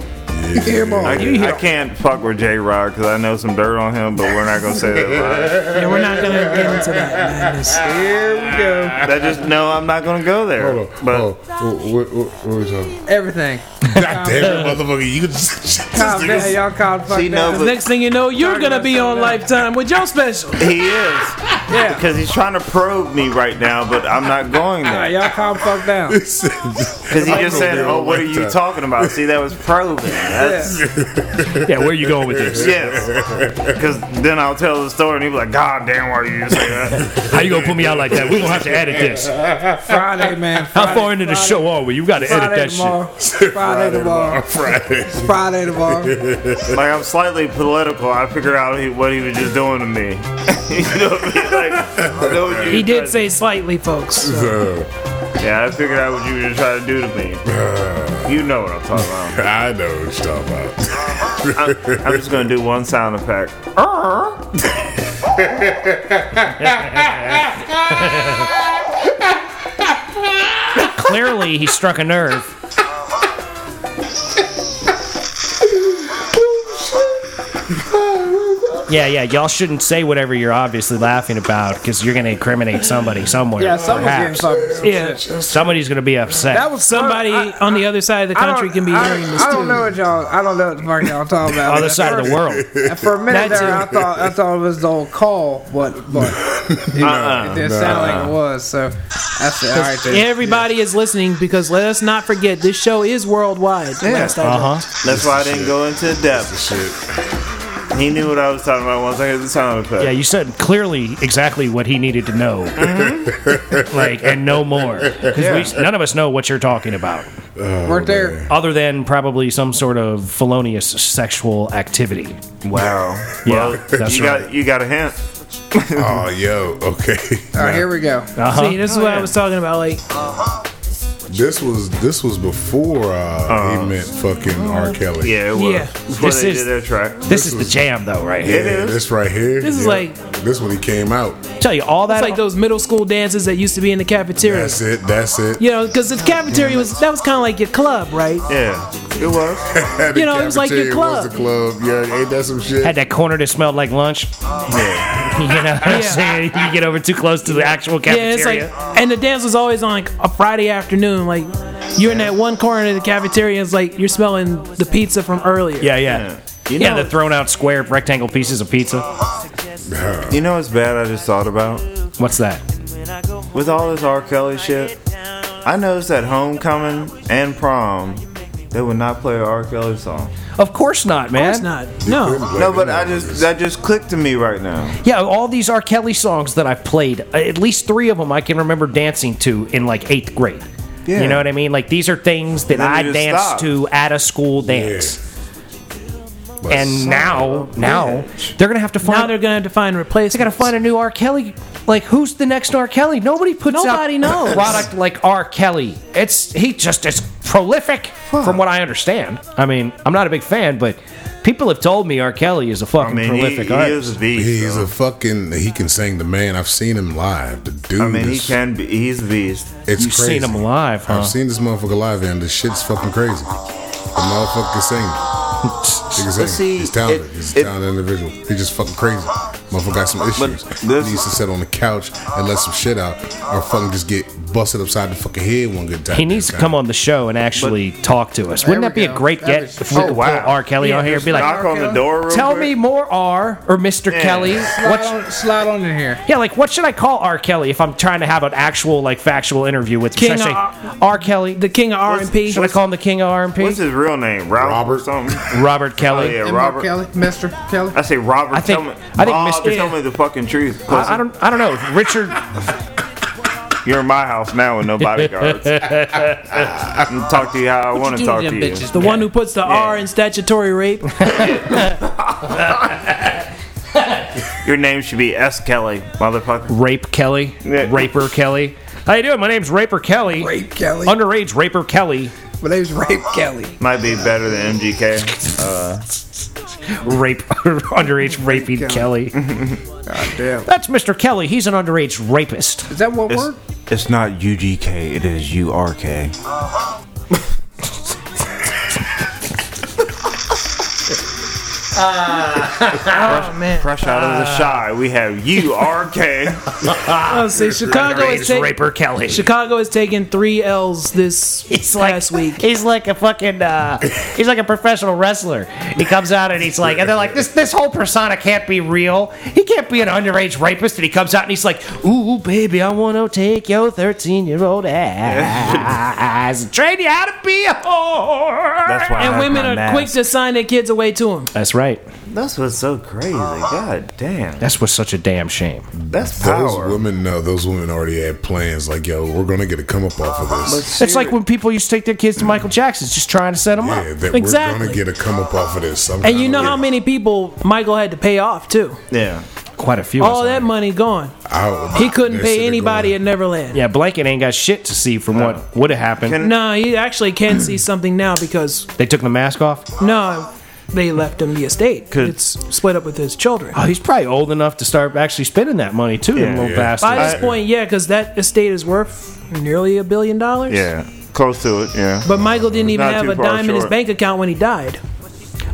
B: hear him
D: I, I can't fuck with J Rod because I know some dirt on him, but we're not gonna say that. live.
C: Yeah, we're not gonna get into that madness.
E: Here we go.
D: That just no, I'm not gonna go there.
B: Hold on.
D: but
B: Hold on. What, what, what, what was that?
E: Everything.
B: God damn it, motherfucker. You could just. this
E: God,
B: nigga's-
E: man, y'all called fuck
D: See, no,
E: that.
D: but-
C: Next thing you know, you're gonna be on Lifetime with your special.
D: he is
E: yeah.
D: because he's trying to probe me right now, but I'm not going
E: All right,
D: there
E: y'all calm fuck down.
D: because he
B: I'm
D: just
B: gonna
D: said,
B: be on
D: "Oh, what are
B: like
D: you
B: that."
D: talking about?" See, that was probing. That's
A: Yeah, where you going with this?
D: yes. Because then I'll tell the story and he'll be like, "God damn, why you say that?"
A: How you gonna put me out like that? We're gonna have to edit this.
E: Friday, man. Friday,
A: How far into the
E: Friday,
A: show are we? You gotta edit
E: Friday
A: that shit.
E: tomorrow. Friday
B: On
E: tomorrow.
B: Friday.
E: Friday tomorrow.
D: like I'm slightly political. I figured out he, what he was just doing to me. you know what I mean? Like, I know what you
C: He
D: were
C: did
D: trying-
C: say slightly, folks. so-
B: Uh,
D: Yeah, I figured out what you were trying to do to me. You know what I'm talking about.
B: I know what you're talking about.
D: I'm, I'm just gonna do one sound effect.
A: Clearly, he struck a nerve. Yeah, yeah, y'all shouldn't say whatever you're obviously laughing about because you're going to incriminate somebody somewhere.
E: Yeah, someone's getting
A: perhaps.
E: fucked.
C: Yeah,
A: Somebody's going to be upset.
E: That was
C: somebody
E: I- I-
C: on the other side of the
E: I don't-
C: country can be
E: I-
C: hearing this
E: I
C: too.
E: don't know what y'all. I don't know what the fuck y'all talking about.
A: Other side of the world.
E: And For a
C: That
E: minute there,
C: too.
E: I thought I thought it was the old call, but but you know,
A: Uh-uh.
E: it didn't sound like it was. So that's it. All right, then.
C: Everybody is listening because let us not forget this show is worldwide. Last I
A: Uh huh.
D: That's why I didn't go into depth.
B: Shit.
D: He knew what I was talking about once I heard the sound effect.
A: Yeah, you said clearly exactly what he needed to know. like, and no more. Because none of us know what you're talking about,
E: right there.
A: other than probably some sort of felonious sexual activity.
D: Wow.
A: Yeah,
D: well,
A: that's
D: you
A: right.
D: got you got a hint.
B: Oh, yo. Okay.
E: All right, here we go.
A: Uh-huh.
C: See, this
E: Oh,
C: is what I was talking about. Like,
B: This was this was before uh, he met fucking R. Kelly.
D: Uh-huh. Yeah, it was.
C: Yeah.
D: Before
A: This
D: they
A: is-
D: did their track.
A: this is the jam, though, right here.
D: It
B: Yeah,
D: is.
B: this right here.
C: This is
B: yeah.
C: like-
B: this when he came out.
A: Tell you all that.
C: it's like those middle school dances that used to be in the cafeteria.
B: That's it. That's it.
C: You know, because the cafeteria was that was kind of like your club, right?
D: Yeah, it was.
B: The
C: you know, it was like your
B: cafeteria was the club. Yeah, ain't that some shit?
A: had that corner that smelled like lunch. you know what I'm saying? You get over too close to the actual
C: Yeah,
A: cafeteria.
C: it's like, and the dance was always on like a Friday afternoon. Like, you're in that one corner of the cafeteria. It's like you're smelling the pizza from earlier.
A: yeah, yeah.
D: You
A: yeah,
D: know,
A: the thrown out square rectangle pieces of pizza.
D: you know what's bad? I just thought about
A: What's that?
D: with all this R. Kelly shit. I noticed at homecoming and prom, they would not play an R. Kelly song.
A: Of course not, man.
C: That's not. No.
D: No, but I just that just clicked to me right now.
A: Yeah, all these R. Kelly songs that I've played, at least three of them I can remember dancing to in like eighth grade.
D: Yeah.
A: You know what I mean? Like these are things that
D: then
A: I
D: you just
A: danced
D: stop.
A: to at a school dance. And now, now they're gonna have to find
C: Now they're gonna have to find replacements.
A: They gotta find a new R. Kelly. Like, who's the next R. Kelly? Nobody puts
C: Nobody
A: out
C: knows.
A: product like R. Kelly. It's he just is prolific, from what I understand. I mean, I'm not a big fan, but people have told me R. Kelly is a fucking
D: I mean, he,
A: prolific
D: he
A: artist.
D: is a beast.
B: He's
D: though.
B: a fucking. He can sing. The man. I've seen him live. The dude.
D: I mean, he
B: is-
D: can be. He's a beast.
B: It's
A: You've
B: crazy.
A: seen him live, huh?
C: Uh-huh.
B: I've seen this motherfucker live, and the shit's fucking crazy. The motherfucker can sing. He can sing.
D: see,
B: He's talented.
D: it-
B: He's
D: it-
B: a talented individual. He's just fucking crazy. Motherfucker got some issues.
D: this-
B: needs to sit on the couch and let some shit out, or fucking just get busted upside the fucking head one good time.
A: He needs to come on the show and actually talk to us. Wouldn't
E: There
A: that
E: we
A: be a
E: go.
A: great
E: That
A: get
E: is-
A: if we
D: Oh,
A: could
D: wow.
A: pull R. Kelly
E: Yeah,
A: on here and be
D: Knock
A: like,
D: on the door. Real
A: tell
D: quick.
A: me more R or Mr.
D: Yeah.
A: Kelly.
E: Slide
A: What's,
E: on, slide on in here.
A: yeah, like what should I call R. Kelly if I'm trying to have an actual like factual interview with him?
C: King
A: Should I say
C: R-
A: R. Kelly?
C: The king of R&P.
A: should I call him the King of R&P?
D: What's his real name? Ralph Robert
B: Robert.
D: something.
A: Robert
D: Oh,
A: Kelly.
D: yeah,
E: And Mark
D: Robert.
E: Kelly, Mr. Kelly.
D: I say Robert.
A: I think-
D: tell me,
A: I think
D: Bob,
A: Mr.
D: Tell me the fucking truth. pussy.
A: I, I don't. I don't know. Richard.
D: You're in my house now with no bodyguards. I'm gonna talk to you how I want to
H: do
D: talk
H: to
D: to
H: them
D: you.
H: bitches?
C: the one who puts the
D: Yeah.
C: R in statutory rape.
D: Your name should be S. Kelly, motherfucker.
A: Rape Kelly.
D: Yeah.
A: Raper Kelly. How you doing? My name's Raper Kelly.
E: Rape Kelly.
A: Underage Raper Kelly.
E: My name's Rape Kelly.
D: Might be better than MGK.
A: Rape. underage raping Kelly.
E: Damn.
A: That's Mr. Kelly. He's an underage rapist.
E: Is that what word?
D: It's, it's not UGK. It is URK.
C: Oh, man.
D: Fresh out of the shy, we have URK.
C: Oh, see, Chicago is
A: Underage
C: taking
A: Raper Kelly.
C: Chicago is taking three L's this
A: He's like
C: last week.
A: he's like a fucking uh, he's like a professional wrestler. He comes out and he's like, and they're like, this this whole persona can't be real. He can't be an underage rapist. And he comes out and he's like, ooh baby, I wanna take your thirteen year old ass, and train you how to be a whore.
D: That's why. I
C: And
D: have
C: women
D: my
C: are
D: mask.
C: quick to sign their kids away to him.
A: That's right.
D: That's what's so crazy. God damn.
A: That's what's such a damn shame.
D: That's
B: Those
D: power.
B: women, no, those women already had plans. Like, yo, we're gonna get a come up off of this.
A: It's like when people used to take their kids to Michael Jackson's, just trying to set them
B: Yeah,
A: up.
B: that
C: Exactly.
B: we're gonna get a come up off of this. some
C: And
B: kind
C: you
B: of
C: know
B: way.
C: how many people Michael had to pay off too.
D: Yeah.
A: Quite a few.
C: All
A: isn't
C: that
A: it?
C: money gone.
B: I-
D: Ah,
C: He couldn't
B: they're
C: pay
B: sitting
C: anybody
B: going,
C: at Neverland.
A: Yeah, Blanket ain't got shit to see from what would have happened.
D: Can-
C: No, he actually can see something now because
A: they took the mask off.
C: no, they left him the estate.
D: Could-
C: It's split up with his children.
A: Oh, he's probably old enough to start actually spending that money too,
D: Yeah.
A: yeah, little
D: Yeah.
A: bastard.
C: By this
D: I-
C: point, yeah, because that estate is worth nearly a billion dollars.
D: Yeah. Close to it. Yeah.
C: But Michael didn't even
D: Not
C: have
D: too
C: a
D: far
C: dime in his
D: short.
C: bank account when he died.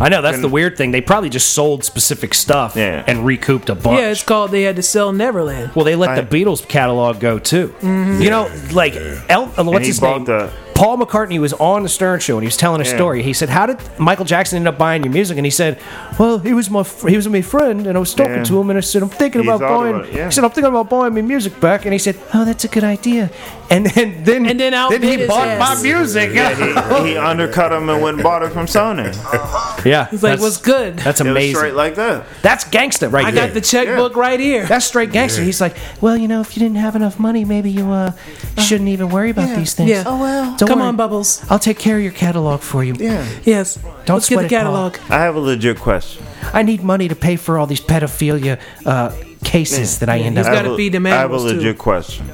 A: I know that's the weird thing. They probably just sold specific stuff
D: Yeah.
A: and recouped a bunch.
C: Yeah, it's called they had to sell Neverland.
A: well, they let
D: I- Mm-hmm.
A: the Beatles catalog go too. You know, like El, uh,
D: And
A: what's
D: he
A: his name?
D: bought the-
A: Paul McCartney was on the Stern Show and he was telling a
D: Yeah.
A: story. He said, "How did Michael Jackson end up buying your music?" And he said, "Well, he was my fr- he was my friend, and I was talking
D: Yeah.
A: to him, and I said, I'm thinking
D: He's
A: about
D: all
A: buying."
D: about it, yeah.
A: He said, "I'm thinking about buying my music back," and he said, "Oh, that's a good idea." And then then
C: And then outbid
A: he
C: his
A: bought
C: ass.
A: my music.
D: he, he undercut him and went and bought it from Sony. It
A: Yeah.
C: He's like,
A: that's-
C: "What's good?
A: That's
D: was
A: amazing.
D: straight like that.
A: that's gangster right
C: I
A: there.
C: got the checkbook right here."
A: that's straight gangster. He's like, well, you know, if you didn't have enough money, maybe you uh, shouldn't even worry about these things.
C: Yeah. Oh well.
A: Don't
C: Come
A: worry.
C: on, Bubbles.
A: I'll take care of your catalog for you. Yeah.
C: Yes.
A: Don't
C: Let's get the
A: sweat it, Paul.
C: catalog.
D: I have a legit question.
A: I need money to pay for all these pedophilia uh, cases that I end
C: he's
A: up.
D: I
C: gotta
D: have a-
C: feed them
D: I have a
C: animals, too.
D: legit question.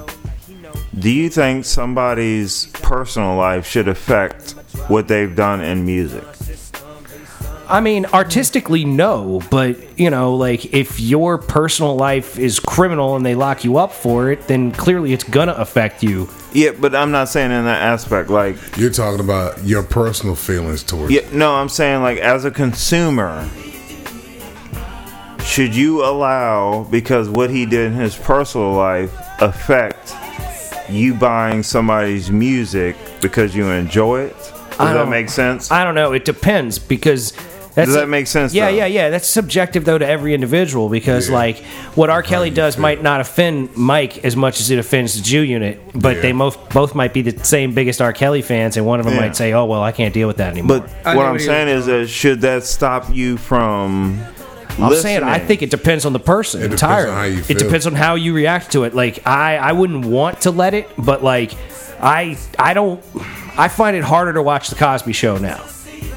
D: Do you think somebody's personal life should affect what they've done in music?
A: I mean, artistically, no, but you know, like if your personal life is criminal and they lock you up for it, then clearly it's gonna affect you.
D: Yeah, but I'm not saying in that aspect. Like,
B: You're talking about your personal feelings towards.
D: yeah, no, I'm saying like as a consumer, should you allow because what he did in his personal life affect you buying somebody's music because you enjoy it? Does that
A: don't-
D: make sense?
A: I don't know. It depends because. That's
D: Does that make sense,
A: Yeah,
D: though?
A: yeah, yeah. That's subjective though to every individual because like what R. Kelly does might not offend Mike as much as it offends the Jew unit, but
B: Yeah.
A: they both both might be the same biggest R. Kelly fans, and one of them
D: Yeah.
A: might say, "Oh well, I can't deal with that anymore."
D: But
E: I
D: what
E: know
D: I'm
E: what he
D: saying is that should that stop you from?
A: I'm saying I think it depends on the person
B: It depends on
A: entirely.
B: how you
A: It
B: feel.
A: depends on how you react to it. Like I, I wouldn't want to let it, but like I, I don't. I find it harder to watch the Cosby Show now.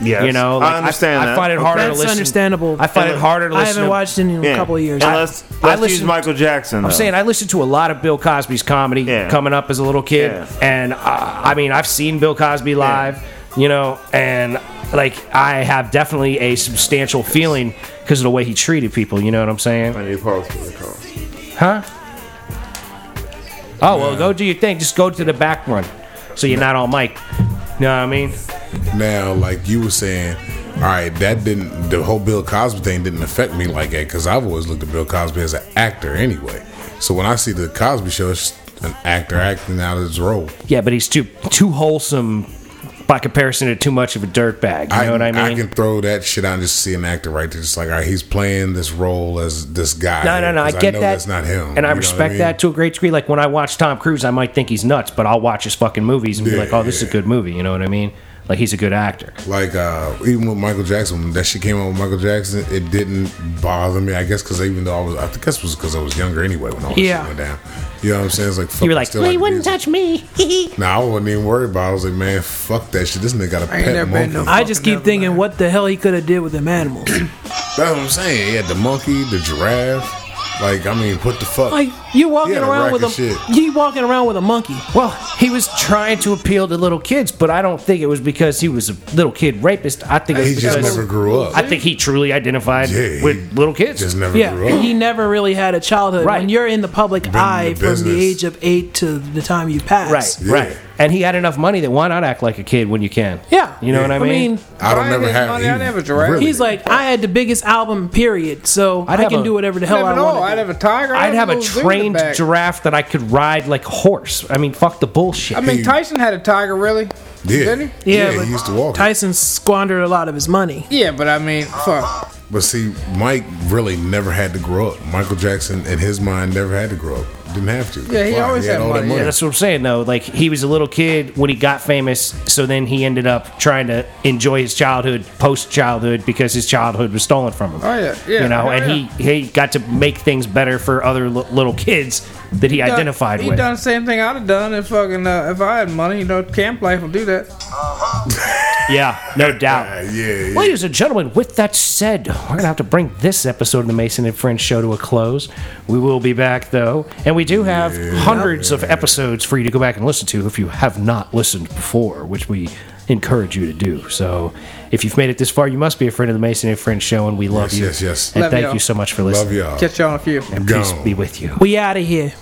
D: Yes.
A: You know,
D: I understand
A: I,
D: that.
A: find it harder
C: That's
A: to listen.
C: understandable.
A: I find it harder to
C: I
A: listen.
C: haven't
A: to-
C: watched it in a couple of years.
D: And let's,
A: I
D: let's use
A: listened-
D: Michael Jackson.
A: I'm saying I listened to a lot of Bill Cosby's comedy
D: Yeah.
A: coming up as a little kid,
D: Yeah.
A: and uh, I mean I've seen Bill Cosby live, you know, and like I have definitely a substantial feeling because of the way he treated people. You know what I'm saying?
D: need pause for the call.
A: Huh? Oh well, go do your thing. Just go to the back one, so you're not on mic. You know what I mean?
B: Now, like you were saying, All right, that didn't. The whole Bill Cosby thing didn't affect me like that because I've always looked at Bill Cosby as an actor anyway. So when I see the Cosby Show, it's just an actor acting out of his role.
A: Yeah, but he's too too wholesome by comparison to too much of a dirtbag. You know what I mean?
B: can throw that shit out and just see an actor right there. Just like, all right, he's playing this role as this guy.
A: no, no, no. I
B: 'cause
A: get
B: know
A: that.
B: That's not
A: And
B: him.
A: I
B: You know what
A: respect
B: mean?
A: that to a great degree. Like when I watch Tom Cruise, I might think he's nuts, but I'll watch his fucking movies and be
B: Yeah,
A: like, "Oh, this is a
B: yeah.
A: good movie." You know what I mean? Like he's a good actor.
B: Like uh, even with Michael Jackson, when that shit came out with Michael Jackson, it didn't bother me. I guess because even though I was, I think this was because I was younger anyway when all this
C: Yeah.
B: shit went down. You know what I'm saying? It's like fuck,
A: You were
B: I
A: like,
B: still
A: "Well, he
B: the
A: wouldn't
B: music."
A: touch me."
B: Nah, I wasn't even worried about. it. I was like, man, fuck that shit. This nigga got a
E: ain't
B: pet
E: never been
B: monkey.
E: no-
C: I just keep
E: Fucking
C: thinking
E: never
C: what the hell he could have did with them animals.
B: That's what I'm saying. He had the monkey, the giraffe. Like, I mean, what the fuck?
C: Like you walking
B: Yeah, the
C: around with a
B: racket shit.
C: you walking around with a monkey.
A: Well, he was trying to appeal to little kids, but I don't think it was because he was a little kid rapist. I think it was
B: he just
A: because
B: never grew up.
A: I think he truly identified
B: Yeah, he
A: with little kids.
B: just never
C: Yeah,
B: grew up.
C: he never really had a childhood.
A: Right.
C: When you're in the public
B: in the
C: eye from the
B: business.
C: age of eight to the time you pass,
A: Right,
B: Yeah.
A: right. And he had enough money that why not act like a kid when you can?
C: Yeah,
A: You know what I mean?
B: I don't
E: Why
B: never
E: did
B: have.
E: money-
B: he
E: I never drank.
B: really-
C: he's like, I had the biggest album, period. So
A: I'd
C: i
A: have
C: can
A: a-
C: do whatever the
E: Hell,
C: hell
E: never
C: I
E: know.
C: want.
E: I'd have a tiger.
A: I'd have a
E: little zebra
A: trained
E: back.
A: giraffe that I could ride like a horse. I mean, fuck the bullshit.
E: I mean, Tyson had a tiger, really?
B: yeah,
E: Didn't he?
B: yeah,
C: Yeah, but
B: he used to walk. it.
C: Tyson squandered a lot of his money.
E: Yeah, but I mean, fuck.
B: But see, Mike really never had to grow up. Michael Jackson, in his mind, never had to grow up. Didn't have to.
E: Yeah, he
B: Why?
E: always had
B: all that
E: money.
A: Yeah, that's what I'm saying though. Like he was a little kid when he got famous, so then he ended up trying to enjoy his childhood post childhood because his childhood was stolen from him.
E: Oh, yeah, yeah,
A: You know,
E: yeah,
A: and he he got to make things better for other l- little kids that he, identified
E: he
A: with.
E: done the same thing I'd have done if fucking uh, if I had money. You know, camp life will do that.
A: Yeah, no
B: Uh,
A: doubt.
B: yeah, yeah.
A: Ladies and gentlemen, with that said, we're going to have to bring this episode of the Mason and French show to a close. We will be back, though, and we do have hundreds of episodes for you to go back and listen to if you have not listened before, which we encourage you to do. So if you've made it this far, you must be a friend of the Mason and French show, and we love
B: Yes,
A: you.
B: yes, yes.
A: And
E: Love
A: thank
E: y'all.
A: you so much for
B: Love
A: listening.
B: y'all.
E: Catch y'all in a few.
A: Peace
B: Gone.
A: be with you.
C: We out of here.